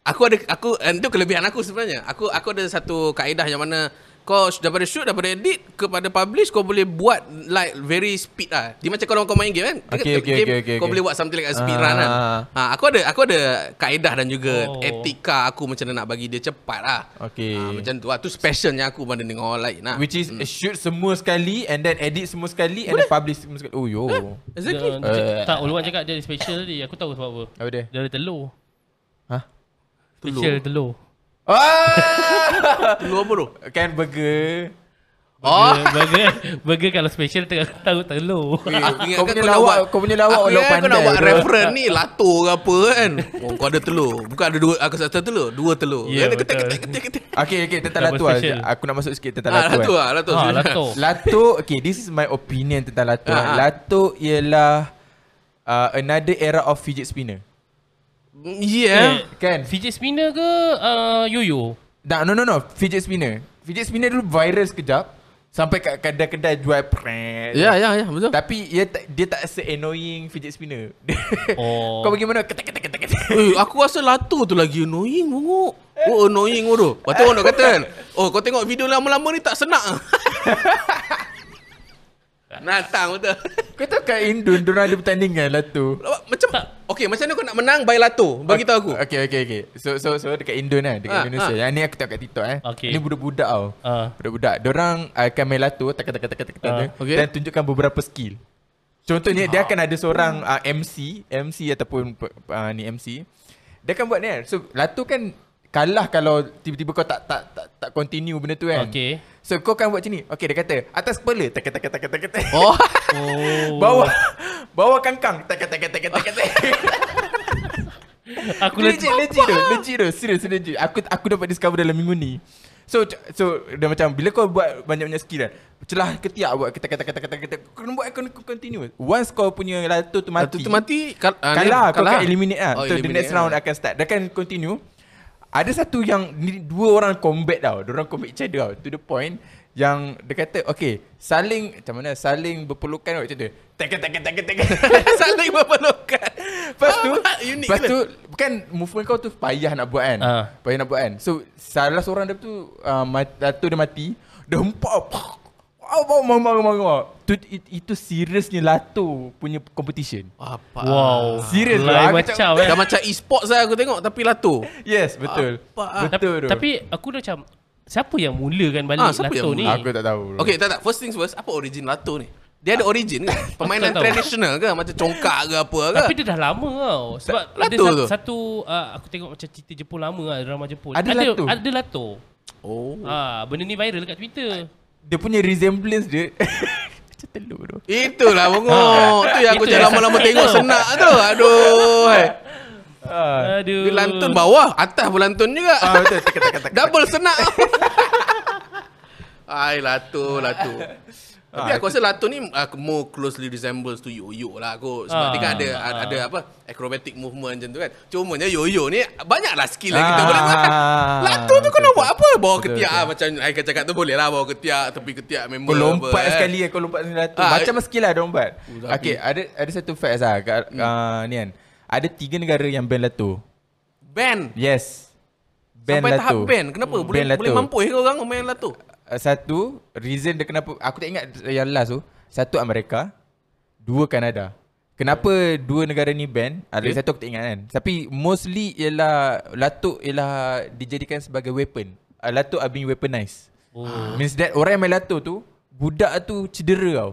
[SPEAKER 6] Aku ada Aku and Itu kelebihan aku sebenarnya Aku aku ada satu kaedah yang mana kau sh- daripada shoot daripada edit kepada publish kau boleh buat like very speed lah. Dia macam kalau kau main game kan. Dia
[SPEAKER 5] Okay,
[SPEAKER 6] kata
[SPEAKER 5] okay,
[SPEAKER 6] game,
[SPEAKER 5] okay, okay,
[SPEAKER 6] kau
[SPEAKER 5] okay.
[SPEAKER 6] boleh buat something like a speed
[SPEAKER 5] Ah.
[SPEAKER 6] run kan. Ha, aku ada aku ada kaedah dan juga
[SPEAKER 4] Oh.
[SPEAKER 6] oh. etika aku macam mana nak bagi dia cepat lah.
[SPEAKER 5] Okay.
[SPEAKER 6] Ha, macam tu lah. Tu specialnya aku banding dengan orang lain lah.
[SPEAKER 5] Which is hmm. shoot semua sekali and then edit semua sekali and then publish semua sekali. Oh yo.
[SPEAKER 6] exactly. Eh.
[SPEAKER 4] Dia- dia- Tak, Uluan cakap dia ada special tadi. Aku tahu sebab apa.
[SPEAKER 5] Apa dia?
[SPEAKER 4] Dia ada telur.
[SPEAKER 6] Ha?
[SPEAKER 5] Hah?
[SPEAKER 6] <laughs>
[SPEAKER 4] Special telur.
[SPEAKER 5] Ah! <laughs>
[SPEAKER 6] Telur apa tu?
[SPEAKER 5] kan burger.
[SPEAKER 6] Oh.
[SPEAKER 4] Burger, burger, burger kalau special tengah tahu
[SPEAKER 6] <laughs>
[SPEAKER 4] telur.
[SPEAKER 5] Ah, Kau punya lawak Kau punya
[SPEAKER 6] Aku
[SPEAKER 5] lawak Walau
[SPEAKER 6] ingatkan
[SPEAKER 5] pandai
[SPEAKER 6] kau nak buat
[SPEAKER 5] bro.
[SPEAKER 6] reference ni Lato ke apa kan oh, Kau ada telur Bukan ada dua Aku satu telur Dua telur
[SPEAKER 4] Ya,
[SPEAKER 6] Kan, ketik,
[SPEAKER 4] betul.
[SPEAKER 6] ketik, ketik, ketik.
[SPEAKER 5] Okay okay Tentang
[SPEAKER 4] Double
[SPEAKER 5] Latu lah
[SPEAKER 4] special.
[SPEAKER 5] Aku nak masuk sikit Tentang
[SPEAKER 6] Ah,
[SPEAKER 5] Latu
[SPEAKER 6] Lato
[SPEAKER 5] kan.
[SPEAKER 6] lah Lato
[SPEAKER 4] ha,
[SPEAKER 6] <laughs>
[SPEAKER 4] lato.
[SPEAKER 5] Latuk Okay this is my opinion Tentang Latuk
[SPEAKER 6] Ah, ah.
[SPEAKER 5] uh Latuk ialah uh, Another era of fidget spinner
[SPEAKER 4] Eh.
[SPEAKER 6] Yeah
[SPEAKER 5] Kan
[SPEAKER 4] Fidget spinner ke uh, yoyo?
[SPEAKER 5] nah, No no no Fidget spinner Fidget spinner dulu viral sekejap Sampai kat kedai-kedai jual prank
[SPEAKER 6] Ya ya ya betul
[SPEAKER 5] Tapi dia tak, dia tak se-annoying fidget spinner <laughs>
[SPEAKER 4] Oh.
[SPEAKER 5] Kau pergi mana Ketek ketek ketek ketek
[SPEAKER 6] Eh, aku rasa Lato tu lagi annoying bongok. Oh, annoying oh tu. Lepas tu orang nak kata kan, oh kau tengok video lama-lama ni tak senak <laughs> ah. Natang betul. <laughs>
[SPEAKER 5] Kau tahu kat Indon Diorang ada pertandingan lah Latuk
[SPEAKER 6] Lawak, Macam Okey, macam mana kau nak menang by Lato? Bagi tahu aku.
[SPEAKER 5] Okay okay okay So so so dekat Indon lah Dekat
[SPEAKER 6] Ah,
[SPEAKER 5] Indonesia
[SPEAKER 6] ah.
[SPEAKER 5] Yang ni aku tengok kat TikTok eh
[SPEAKER 4] Okay.
[SPEAKER 5] Ni budak-budak tau
[SPEAKER 4] Ah.
[SPEAKER 5] Budak-budak Diorang akan main lato lah Tak kata kata kata kata
[SPEAKER 4] Ah,
[SPEAKER 6] okay.
[SPEAKER 5] Dan tunjukkan beberapa skill Contohnya dia akan ada seorang uh, MC MC ataupun uh, ni MC Dia akan buat ni kan So lato kan Kalah kalau tiba-tiba kau tak tak tak, tak continue benda tu kan
[SPEAKER 4] Okay.
[SPEAKER 5] So kau kan buat macam ni Okay dia kata Atas kepala Tak kata kata kata kata
[SPEAKER 6] Oh.
[SPEAKER 4] Oh.
[SPEAKER 5] Bawah <laughs> Bawah kangkang Tak kata kata kata kata
[SPEAKER 4] Aku
[SPEAKER 5] legit,
[SPEAKER 4] legit.
[SPEAKER 5] legit tu, legit tu, serius legit. Aku aku dapat discover dalam minggu ni. So c- so dia macam bila kau buat banyak-banyak skill kan. Celah ketiak buat kata kata kata kata kata kau kena buat kau kena continue. Once kau punya latu tu mati.
[SPEAKER 6] Lato tu mati kal- ah, ni-
[SPEAKER 5] Kalah, kau akan eliminate lah.
[SPEAKER 6] Oh,
[SPEAKER 5] so the
[SPEAKER 6] eliminate
[SPEAKER 5] next
[SPEAKER 6] lah.
[SPEAKER 5] round akan start. Dia akan continue. Ada satu yang ni, dua orang combat tau. Dia orang combat each other tau. To the point yang dia kata okay saling macam mana saling berpelukan tau macam tu. Tek tek tek tek <laughs> tek.
[SPEAKER 6] Saling berpelukan.
[SPEAKER 5] Lepas tu
[SPEAKER 6] Oh, Ah, Unik
[SPEAKER 5] Lepas
[SPEAKER 6] gila.
[SPEAKER 5] tu Kan movement kau tu Payah nak buat kan
[SPEAKER 4] Ah.
[SPEAKER 5] Payah nak buat kan So salah seorang dia tu uh, mat, Dato dia mati Dia hempak Wow, wow, wow, wow, wow, wow. Tu, it, itu seriusnya Lato punya competition.
[SPEAKER 6] apa?
[SPEAKER 4] Wow.
[SPEAKER 5] Serius tu,
[SPEAKER 4] Lain
[SPEAKER 5] aku
[SPEAKER 4] macam eh.
[SPEAKER 6] Dah lah. macam e-sports lah aku tengok tapi Lato.
[SPEAKER 5] Yes, betul.
[SPEAKER 6] Apa? ah?
[SPEAKER 4] Tapi,
[SPEAKER 5] Betul tu.
[SPEAKER 4] tapi aku dah macam siapa yang mulakan balik
[SPEAKER 6] Ah,
[SPEAKER 4] ah,
[SPEAKER 6] siapa
[SPEAKER 4] Lato
[SPEAKER 6] yang
[SPEAKER 4] ni?
[SPEAKER 6] mula?
[SPEAKER 5] aku tak tahu. bro.
[SPEAKER 6] Okey, tak tak. First things first, apa origin Lato ni? Dia ada origin
[SPEAKER 4] <laughs>
[SPEAKER 6] ke? Permainan
[SPEAKER 4] tahu.
[SPEAKER 6] tradisional ke? Macam congkak ke apa ke?
[SPEAKER 4] Tapi dia dah lama tau Sebab
[SPEAKER 6] Tak-
[SPEAKER 4] ada
[SPEAKER 6] Lato
[SPEAKER 4] satu,
[SPEAKER 6] tu?
[SPEAKER 4] satu uh, Aku tengok macam cerita Jepun lama lah Drama Jepun
[SPEAKER 5] Ada Lato?
[SPEAKER 4] Ada Lato
[SPEAKER 6] Oh.
[SPEAKER 4] ha, Benda ni viral kat Twitter
[SPEAKER 5] Dia punya resemblance dia <laughs> macam telur tu.
[SPEAKER 6] Itulah bongok.
[SPEAKER 4] Ha.
[SPEAKER 6] tu yang aku jangan
[SPEAKER 4] Itu yang <laughs>
[SPEAKER 6] lama-lama
[SPEAKER 4] sakit
[SPEAKER 6] tengok
[SPEAKER 4] tu.
[SPEAKER 6] senak tu. Aduh. hai.
[SPEAKER 4] Aduh
[SPEAKER 6] Ah, Dia lantun bawah, atas pun lantun juga.
[SPEAKER 5] Ah betul. Tek, tek, tek, tek.
[SPEAKER 6] Double senak. <laughs> Ai latu latu.
[SPEAKER 5] Ah,
[SPEAKER 6] Tapi aku rasa latu ni aku more closely resembles to yoyo lah aku sebab
[SPEAKER 4] Ah.
[SPEAKER 6] dia kan ada ada, ada apa acrobatic movement macam tu kan. Cumanya yoyo ni banyaklah skill yang
[SPEAKER 5] Ah,
[SPEAKER 6] kita boleh buat. Latu tu kau
[SPEAKER 5] betul,
[SPEAKER 6] nak buat apa? Bawa
[SPEAKER 5] Betul,
[SPEAKER 6] ketiak ah, macam Haikal cakap tu boleh lah bawa ketiak tepi ketiak memang
[SPEAKER 5] Kau lompat
[SPEAKER 6] apa, eh.
[SPEAKER 5] sekali Kau lompat sekali Lato
[SPEAKER 6] Ah,
[SPEAKER 5] Macam skill lah dia orang buat
[SPEAKER 6] Uh, tapi- Hmm.
[SPEAKER 5] Okay ada ada satu facts lah kat, ah, Ni kan Ada tiga negara yang ban Lato
[SPEAKER 6] Band.
[SPEAKER 5] Yes. Ban
[SPEAKER 6] Sampai
[SPEAKER 5] Lato.
[SPEAKER 6] tahap band. Kenapa?
[SPEAKER 5] Hmm,
[SPEAKER 6] Boleh
[SPEAKER 5] ban
[SPEAKER 6] boleh mampus ke orang main latu?
[SPEAKER 5] Uh, Satu, reason dia kenapa aku tak ingat yang last tu. Satu Amerika, dua Kanada. Kenapa dua negara ni ban?
[SPEAKER 6] Okay.
[SPEAKER 5] Ada okay. satu aku tak ingat kan. Tapi mostly ialah Latuk ialah dijadikan sebagai weapon. Uh, Latuk are being weaponized. Oh. Means that orang yang main Latuk tu, budak tu cedera tau.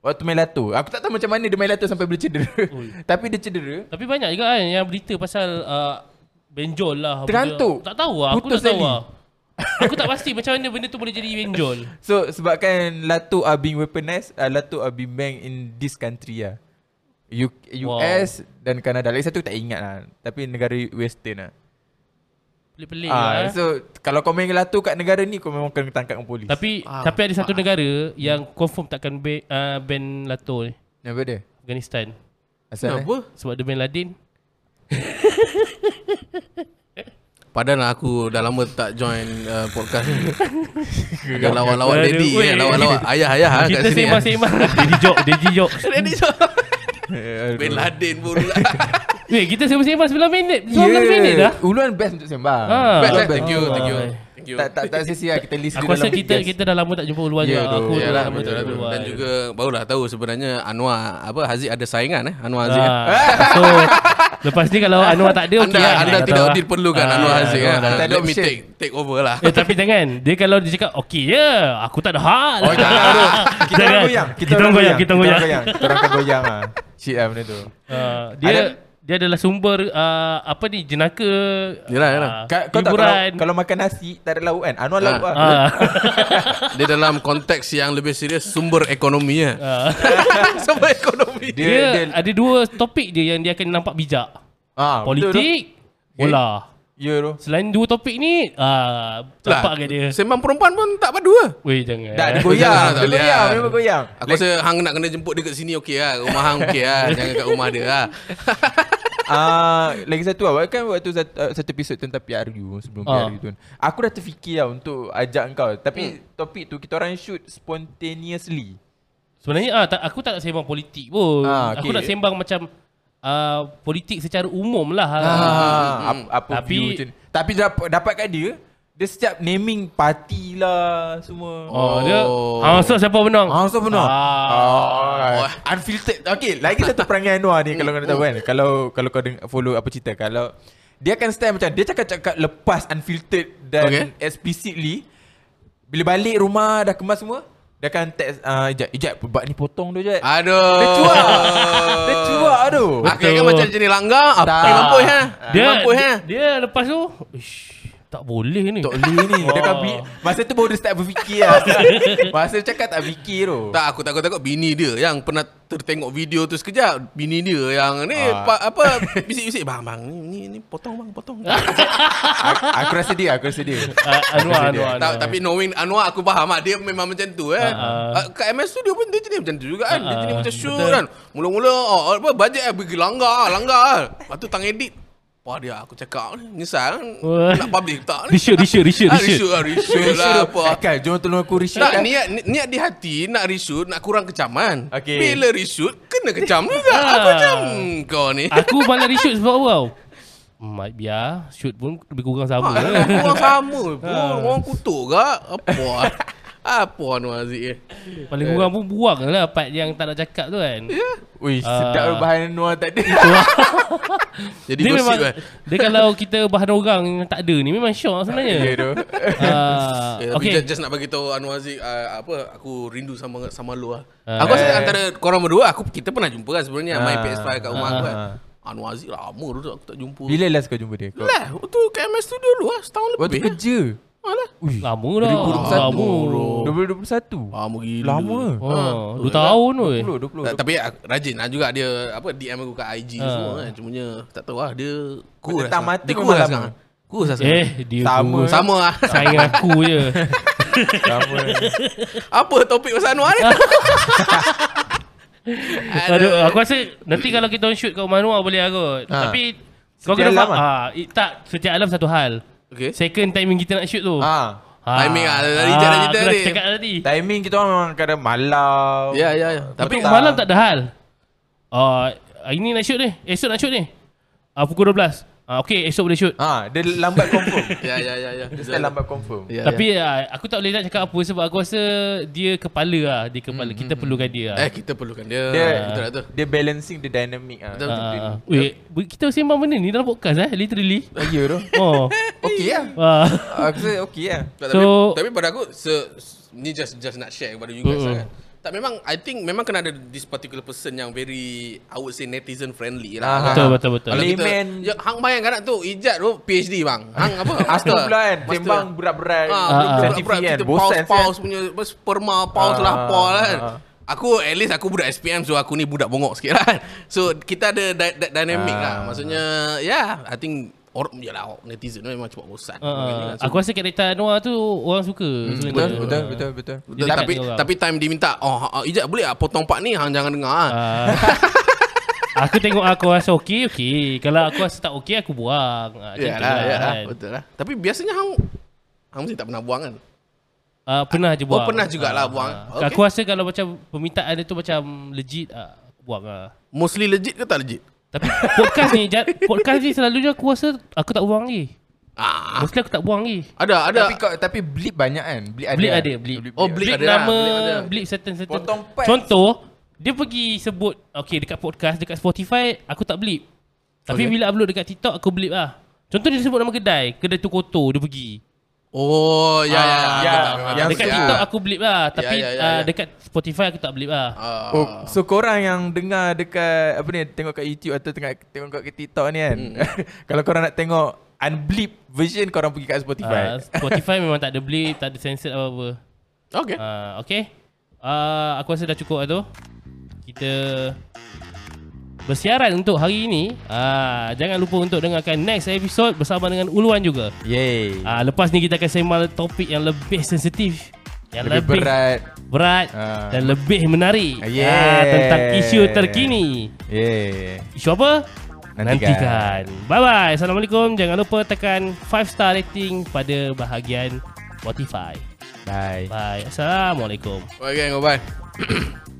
[SPEAKER 5] Waktu main Latuk. Aku tak tahu macam mana dia main Latuk sampai boleh cedera. <laughs> Tapi dia cedera.
[SPEAKER 4] Tapi banyak juga kan Yang berita pasal uh, Benjol lah benda-
[SPEAKER 5] Terantuk.
[SPEAKER 4] Tak tahu lah Aku
[SPEAKER 5] Putus
[SPEAKER 4] tak tahu
[SPEAKER 5] tali.
[SPEAKER 4] lah Aku tak pasti macam mana benda tu boleh jadi benjol
[SPEAKER 5] So sebabkan Lato are being weaponized, uh, Lato are being banned in this country lah. U-
[SPEAKER 4] Wow.
[SPEAKER 5] US dan Kanada. Lagi satu tak ingat lah. Tapi negara western lah.
[SPEAKER 4] Pelik-pelik lah
[SPEAKER 5] Ah,
[SPEAKER 4] eh.
[SPEAKER 5] so kalau kau main Lato kat negara ni kau memang kena tangkap dengan polis.
[SPEAKER 4] Tapi
[SPEAKER 6] Ah,
[SPEAKER 4] tapi ada satu negara Yang confirm takkan ban, uh, ban Lato ni
[SPEAKER 5] Kenapa dia?
[SPEAKER 4] Afghanistan
[SPEAKER 5] Asal
[SPEAKER 6] Apa?
[SPEAKER 5] eh?
[SPEAKER 4] Sebab dia bin Laden
[SPEAKER 6] Padahal lah aku dah lama tak join uh, podcast
[SPEAKER 4] <laughs>
[SPEAKER 6] ni. Ada lawan-lawan Daddy
[SPEAKER 4] Aduh,
[SPEAKER 6] eh,
[SPEAKER 4] weh.
[SPEAKER 6] lawan-lawan ayah-ayah ah, kat
[SPEAKER 4] Kita
[SPEAKER 6] sini. eh.
[SPEAKER 4] sembang-sembang Daddy joke Daddy
[SPEAKER 6] <laughs>
[SPEAKER 4] joke
[SPEAKER 6] Daddy Joe.
[SPEAKER 5] Eh,
[SPEAKER 6] Bin Laden pun
[SPEAKER 4] <laughs>
[SPEAKER 6] pula.
[SPEAKER 4] Weh kita sembang-sembang 9 minit 19
[SPEAKER 5] Yeah.
[SPEAKER 4] minit dah
[SPEAKER 5] Ya, Uluan best untuk sembang.
[SPEAKER 4] Ah.
[SPEAKER 6] Best,
[SPEAKER 5] Uluan
[SPEAKER 6] eh. Thank you, thank you.
[SPEAKER 4] Oh.
[SPEAKER 6] Thank you.
[SPEAKER 5] Tak tak tak sesi lah kita list
[SPEAKER 4] Aku
[SPEAKER 5] dia
[SPEAKER 4] rasa
[SPEAKER 5] dalam
[SPEAKER 4] kita
[SPEAKER 5] podcast.
[SPEAKER 4] kita dah lama tak jumpa Uluan
[SPEAKER 5] Ya,
[SPEAKER 4] yeah,
[SPEAKER 5] tu.
[SPEAKER 4] Aku dah
[SPEAKER 6] Yalah,
[SPEAKER 4] lama tak
[SPEAKER 6] betul,
[SPEAKER 4] jumpa
[SPEAKER 6] betul.
[SPEAKER 4] Uluan
[SPEAKER 6] Dan juga barulah tahu sebenarnya Anwar apa Haziq ada saingan eh Anwar Haziq. eh.
[SPEAKER 4] Ah, So Lepas ni kalau Anwar tak ada
[SPEAKER 6] Anda
[SPEAKER 4] okey lah,
[SPEAKER 6] anda
[SPEAKER 4] tak
[SPEAKER 6] tidak
[SPEAKER 4] tahu lah.
[SPEAKER 6] diperlukan
[SPEAKER 4] Ah,
[SPEAKER 6] Anwar Haziq eh.
[SPEAKER 5] tak ada
[SPEAKER 6] Let me
[SPEAKER 5] option.
[SPEAKER 6] take take over lah. <laughs>
[SPEAKER 4] Eh tapi jangan Dia kalau dia cakap Okey ya Aku tak ada hal
[SPEAKER 5] Oh jangan tu.
[SPEAKER 4] <laughs>
[SPEAKER 5] Kita orang
[SPEAKER 4] Jangan.
[SPEAKER 5] goyang.
[SPEAKER 4] Kita orang goyang Kita orang goyang
[SPEAKER 5] Kita orang goyang. Kita orang akan goyang ah. Shit lah benda lah, tu.
[SPEAKER 4] Ah,
[SPEAKER 5] Ada-
[SPEAKER 4] Dia dia adalah sumber uh, apa ni jenaka
[SPEAKER 6] Yalah, yalah.
[SPEAKER 4] ah,
[SPEAKER 5] Ka- Kau tak kalau,
[SPEAKER 4] hiburan.
[SPEAKER 5] kalau makan nasi tak ada lauk kan? Anwar lauk
[SPEAKER 6] Ah.
[SPEAKER 5] lah.
[SPEAKER 4] Ah.
[SPEAKER 6] Dia dalam konteks yang lebih serius sumber ekonominya.
[SPEAKER 4] Ah.
[SPEAKER 6] <laughs> sumber ekonomi.
[SPEAKER 5] Dia,
[SPEAKER 4] <laughs> dia,
[SPEAKER 5] dia,
[SPEAKER 4] ada dua topik dia yang dia akan nampak bijak.
[SPEAKER 5] ah, betul tu.
[SPEAKER 4] Politik, bola.
[SPEAKER 5] Ya tu.
[SPEAKER 4] Selain dua topik ni, ah
[SPEAKER 6] Lah,
[SPEAKER 4] nampak ke dia?
[SPEAKER 6] Sembang perempan pun tak padu lah.
[SPEAKER 4] Weh jangan.
[SPEAKER 5] Eh. <laughs> Tak, dia
[SPEAKER 6] Jangan,
[SPEAKER 5] goyang.
[SPEAKER 6] tak
[SPEAKER 5] Dia
[SPEAKER 6] boleh
[SPEAKER 5] goyang.
[SPEAKER 6] lah.
[SPEAKER 5] Memang goyang.
[SPEAKER 6] Aku rasa Hang nak kena jemput dia kat sini okey lah. Rumah Hang okey lah. Jangan kat rumah dia lah.
[SPEAKER 5] <laughs> Ah, lagi satu lah Kan waktu satu, uh, satu episod tentang PRU Sebelum
[SPEAKER 4] Ah.
[SPEAKER 5] PRU tu kan. Aku dah terfikir lah Untuk ajak kau Tapi topik tu Kita orang shoot Spontaneously
[SPEAKER 4] Sebenarnya ah tak, aku tak nak sembang politik pun.
[SPEAKER 5] Ah,
[SPEAKER 4] Aku
[SPEAKER 5] okey.
[SPEAKER 4] nak sembang macam ah politik secara umum lah.
[SPEAKER 5] ah, ap- Apa
[SPEAKER 4] Tapi-
[SPEAKER 5] view macam ni. Tapi dapat, dapat kat dia Dia setiap naming parti lah Semua
[SPEAKER 4] Oh, dia
[SPEAKER 6] Oh.
[SPEAKER 4] Hang Ustaz siapa menang?
[SPEAKER 5] Ah, so benar.
[SPEAKER 4] Ah.
[SPEAKER 5] Ah, unfiltered. Okay, lagi satu perangai Anwar ni kalau kau nak tahu
[SPEAKER 6] Oh.
[SPEAKER 5] kan. Kalau kalau kau deng- follow apa cerita kalau dia akan style macam dia cakap-cakap lepas unfiltered dan
[SPEAKER 6] Okay.
[SPEAKER 5] okay. explicitly bila balik rumah dah kemas semua dia akan text uh, Ijat, Ijat bab ni potong tu Ijat
[SPEAKER 6] Aduh.
[SPEAKER 5] Dia cuak Dia cuak tu
[SPEAKER 6] Akhirnya kan macam jenis langgar. Apa
[SPEAKER 5] Tak.
[SPEAKER 6] yang mampus ha?
[SPEAKER 4] Dia,
[SPEAKER 6] mampus ha?
[SPEAKER 5] eh.
[SPEAKER 4] dia, dia lepas tu Ish, tak boleh ni.
[SPEAKER 5] Tak boleh ni Dia akan bi- Masa tu baru dia start
[SPEAKER 6] <laughs>
[SPEAKER 5] berfikir lah Masa dia cakap tak fikir tu
[SPEAKER 6] Tak aku takut-takut bini dia yang pernah tertengok video tu sekejap bini dia yang ni
[SPEAKER 5] Ah.
[SPEAKER 6] pa, apa bisik-bisik bang bang ni ni, ni potong bang potong.
[SPEAKER 5] aku, aku rasa dia Aku rasa dia
[SPEAKER 4] <laughs> Ah, Anwar, Anwar, Anwar.
[SPEAKER 6] Tak, tapi knowing Anwar aku faham lah Dia memang macam tu kan
[SPEAKER 4] Ah,
[SPEAKER 6] uh, Kat MS tu dia pun dia jenis macam tu juga kan Dia
[SPEAKER 4] Ah,
[SPEAKER 6] jenis macam shoot
[SPEAKER 4] betul.
[SPEAKER 6] kan Mula-mula oh, apa, Bajet eh pergi langgar ah, Langgar ah. Lepas tu tang edit Wah dia aku cakap ni Nyesal
[SPEAKER 4] Wah.
[SPEAKER 6] kan Nak public tak ni
[SPEAKER 4] Reshoot, reshoot, reshoot,
[SPEAKER 6] Ah, Reshoot
[SPEAKER 4] reshoot.
[SPEAKER 6] lah Reshoot lah apa
[SPEAKER 5] Akal jom tolong aku reshoot
[SPEAKER 6] tak,
[SPEAKER 5] kan?
[SPEAKER 6] niat, ni- niat di hati nak reshoot Nak kurang kecaman
[SPEAKER 5] Okey.
[SPEAKER 6] Bila reshoot Kena kecam juga Aku
[SPEAKER 4] Ah.
[SPEAKER 6] macam "Hmm, Kau ni
[SPEAKER 4] Aku malah reshoot sebab apa tau? Mat biar shoot pun lebih kurang
[SPEAKER 6] <laughs>
[SPEAKER 4] sama.
[SPEAKER 6] Ah, Orang sama
[SPEAKER 4] Ah.
[SPEAKER 6] pun Orang kutuk ke
[SPEAKER 4] <laughs>
[SPEAKER 6] Apa Apa Anwar Aziz eh? ni?
[SPEAKER 4] Paling kurang pun buang lah part yang tak nak cakap tu kan.
[SPEAKER 5] Ya. Ui,
[SPEAKER 4] Ah. kan?
[SPEAKER 5] sedap lah bahan Noah tadi.
[SPEAKER 6] Jadi
[SPEAKER 4] Dia
[SPEAKER 6] gosip
[SPEAKER 4] memang
[SPEAKER 6] lah
[SPEAKER 4] dia kalau kita bahan orang yang tak ada ni memang syok
[SPEAKER 5] <laughs> Ya
[SPEAKER 4] sebenarnya.
[SPEAKER 5] tu.
[SPEAKER 6] <laughs>
[SPEAKER 4] Ah,
[SPEAKER 6] Yeah, okay. Ya,
[SPEAKER 4] okay.
[SPEAKER 6] Tapi Eh, just, just nak bagi tahu Anwar Aziz uh, apa aku rindu sama sama lu lah.
[SPEAKER 4] Ah.
[SPEAKER 6] aku rasa antara korang berdua aku kita pernah jumpa kan sebenarnya main
[SPEAKER 5] Ah.
[SPEAKER 6] PS5 kat rumah aku kan.
[SPEAKER 5] Ah.
[SPEAKER 6] Anwar Aziz lama tu tak- aku tak jumpa.
[SPEAKER 5] Bila last kau jumpa dia? Kau?
[SPEAKER 6] Lah, waktu KMS tu dulu lah setahun lebih.
[SPEAKER 5] Waktu
[SPEAKER 6] lah.
[SPEAKER 5] kerja.
[SPEAKER 6] Alah.
[SPEAKER 5] Ui,
[SPEAKER 4] Lama dah.
[SPEAKER 5] 2021.
[SPEAKER 4] Lama.
[SPEAKER 5] 2021.
[SPEAKER 6] Lama gila. Ah,
[SPEAKER 5] Lama.
[SPEAKER 4] Oh, dua tahun tu. eh.
[SPEAKER 5] 20, 20.
[SPEAKER 6] Tak, tapi aku, rajin lah juga dia apa DM aku kat IG
[SPEAKER 4] Ah.
[SPEAKER 6] semua kan. Cumanya tak tahu lah dia kurus.
[SPEAKER 5] Petang
[SPEAKER 6] sekarang.
[SPEAKER 5] mata
[SPEAKER 6] Dia
[SPEAKER 5] memang
[SPEAKER 6] kurus
[SPEAKER 5] lama.
[SPEAKER 6] sekarang. Kurus lah sekarang.
[SPEAKER 4] Eh, dia
[SPEAKER 5] Sama.
[SPEAKER 4] kurus.
[SPEAKER 5] <laughs>
[SPEAKER 6] Sama lah. <laughs>
[SPEAKER 4] Sayang aku je. <laughs>
[SPEAKER 5] Lama.
[SPEAKER 6] apa topik pasal Anwar ni?
[SPEAKER 4] Aduh, aku rasa nanti kalau kita on shoot kat Manua boleh akut.
[SPEAKER 5] Ah.
[SPEAKER 4] Tapi kau
[SPEAKER 5] Setiap
[SPEAKER 4] kena
[SPEAKER 5] alam lah.
[SPEAKER 4] faham. Ah, i- tak, setiap alam satu hal.
[SPEAKER 6] Okay.
[SPEAKER 4] Second timing kita nak shoot tu.
[SPEAKER 5] ha.
[SPEAKER 4] Ah.
[SPEAKER 6] Timing ah, tadi Jad dah cerita
[SPEAKER 4] aku dah
[SPEAKER 6] tadi.
[SPEAKER 4] cakap tadi.
[SPEAKER 5] Timing kita orang memang kadang malam.
[SPEAKER 6] Ya, ya, ya. Tapi
[SPEAKER 4] Tapi
[SPEAKER 5] tak-
[SPEAKER 4] malam tak ada hal. Ah, hari ni nak shoot ni. Esok nak shoot ni. Ah, pukul 12. Ah, okay, esok boleh shoot.
[SPEAKER 5] Ha, dia lambat confirm.
[SPEAKER 6] ya, ya, ya, ya.
[SPEAKER 5] Dia style lambat confirm.
[SPEAKER 6] Ya, ya.
[SPEAKER 4] Tapi ah, aku tak boleh nak cakap apa sebab aku rasa dia kepala lah. Dia kepala. Kita perlukan dia lah.
[SPEAKER 6] Eh kita perlukan dia.
[SPEAKER 5] Dia-
[SPEAKER 6] betul tak tu?
[SPEAKER 5] Dia balancing the dynamic ah.
[SPEAKER 6] Betul.
[SPEAKER 4] Ah, weh, bu- kita sembang benda ni dalam podcast eh, literally.
[SPEAKER 5] <laughs>
[SPEAKER 6] <laughs>
[SPEAKER 5] Oh, ya tu.
[SPEAKER 4] Oh.
[SPEAKER 5] Okey lah.
[SPEAKER 4] Ah.
[SPEAKER 5] Aku rasa okey lah.
[SPEAKER 6] Tak, tapi,
[SPEAKER 4] So-
[SPEAKER 6] tapi pada aku se, se- ni just just nak share kepada you guys lah
[SPEAKER 4] Mm-mm.
[SPEAKER 6] kan. Tak memang I think memang kena ada this particular person yang very I would say netizen friendly lah.
[SPEAKER 5] Ah,
[SPEAKER 4] Betul, betul, betul.
[SPEAKER 6] Kalau kita-
[SPEAKER 5] Layman.
[SPEAKER 6] ya, hang bayangkan nak tu Ijat tu PhD bang. Hang apa?
[SPEAKER 5] Aku pula kan,
[SPEAKER 6] Master.
[SPEAKER 5] sembang berat-berat.
[SPEAKER 6] Ah,
[SPEAKER 4] Ah,
[SPEAKER 6] budak-budak
[SPEAKER 5] TV
[SPEAKER 6] berat,
[SPEAKER 5] kan,
[SPEAKER 6] kita
[SPEAKER 5] bosan
[SPEAKER 6] paus
[SPEAKER 5] kan.
[SPEAKER 6] paus punya apa, sperma paus
[SPEAKER 5] Ah,
[SPEAKER 6] lah paul kan.
[SPEAKER 5] ah, ah.
[SPEAKER 6] Aku at least aku budak SPM so aku ni budak bongok sikit kan. <laughs> So kita ada di- di- dynamic
[SPEAKER 5] Ah.
[SPEAKER 6] lah. Maksudnya yeah, I think or yalah netizen memang cepat bosan. Kan,
[SPEAKER 4] Ah,
[SPEAKER 6] So,
[SPEAKER 4] aku rasa karakter Noah tu orang suka. sebenarnya.
[SPEAKER 5] Betul, betul, betul, betul.
[SPEAKER 6] Mm, Betul,
[SPEAKER 4] Dia
[SPEAKER 6] tapi
[SPEAKER 4] dekat dengan orang.
[SPEAKER 6] tapi time diminta oh ha- ha, ijat boleh ah potong part ni hang jangan dengar ah.
[SPEAKER 4] Ah. <laughs> aku tengok aku rasa okey, okey. Kalau aku rasa tak okey, aku buang. Ah, macam tu
[SPEAKER 6] Yalah,
[SPEAKER 4] lah,
[SPEAKER 6] yalah,
[SPEAKER 4] kan.
[SPEAKER 6] betul Ya lah. Tapi biasanya hang hang mesti tak pernah buang kan.
[SPEAKER 4] Ah, pernah je buang.
[SPEAKER 6] Oh, pernah jugalah buang.
[SPEAKER 4] Ah. Aku
[SPEAKER 6] Okey.
[SPEAKER 4] rasa kalau macam permintaan dia tu macam legit, ah, aku buang lah.
[SPEAKER 6] Mostly legit ke tak legit?
[SPEAKER 4] Tapi podcast ni, Jad, podcast ni selalunya aku rasa aku tak buang lagi.
[SPEAKER 6] Ah,
[SPEAKER 4] Mostly aku tak buang lagi.
[SPEAKER 6] ada ada.
[SPEAKER 5] Tapi kau tapi blip banyak kan? Blip ada.
[SPEAKER 4] Blip
[SPEAKER 5] kan?
[SPEAKER 4] ada, blip.
[SPEAKER 6] Oh, blip.
[SPEAKER 4] Blip
[SPEAKER 6] ada lah,
[SPEAKER 4] nama,
[SPEAKER 6] blip ada.
[SPEAKER 4] blip certain certain.
[SPEAKER 5] Potong part.
[SPEAKER 4] Contoh, dia pergi sebut, okay dekat podcast, dekat Spotify, aku tak blip. Tapi
[SPEAKER 6] Okay.
[SPEAKER 4] bila upload dekat TikTok, aku blip lah. Contoh dia sebut nama kedai, kedai tu kotor, dia pergi.
[SPEAKER 6] Oh, ya ya.
[SPEAKER 5] Ah,
[SPEAKER 6] ya,
[SPEAKER 5] ya.
[SPEAKER 6] memang
[SPEAKER 5] Yang
[SPEAKER 4] Dekat
[SPEAKER 5] Ya.
[SPEAKER 4] TikTok aku blip lah Tapi
[SPEAKER 6] ya, ya,
[SPEAKER 4] ah,
[SPEAKER 6] ya.
[SPEAKER 4] dekat Spotify aku tak blip lah
[SPEAKER 6] Ah.
[SPEAKER 5] Oh, so korang yang dengar dekat apa ni tengok kat YouTube atau tengok tengok kat TikTok ni kan. <laughs> kalau korang nak tengok unblip version korang pergi kat
[SPEAKER 4] Ah,
[SPEAKER 5] Spotify.
[SPEAKER 4] Spotify memang tak ada blip Tak ada censored apa-apa
[SPEAKER 6] Okay.
[SPEAKER 4] uh, Okay uh, Aku rasa dah cukup lah tu Kita Bersiaran untuk hari ini uh, Jangan lupa untuk dengarkan next episode Bersama dengan Uluan juga
[SPEAKER 5] Yay.
[SPEAKER 4] uh, Lepas ni kita akan sembang topik yang lebih sensitif Yang
[SPEAKER 5] Lebih berat.
[SPEAKER 4] berat
[SPEAKER 5] Ah.
[SPEAKER 4] Dan lebih menarik
[SPEAKER 5] Ah,
[SPEAKER 4] Ah,
[SPEAKER 5] yeah.
[SPEAKER 4] Tentang isu terkini
[SPEAKER 5] Yay.
[SPEAKER 4] Isu apa?
[SPEAKER 5] Nantikan.
[SPEAKER 4] Nantikan. Bye-bye. Assalamualaikum. Jangan lupa tekan 5 star rating pada bahagian Spotify.
[SPEAKER 5] Bye.
[SPEAKER 4] Bye. Assalamualaikum.
[SPEAKER 6] Okay, bye.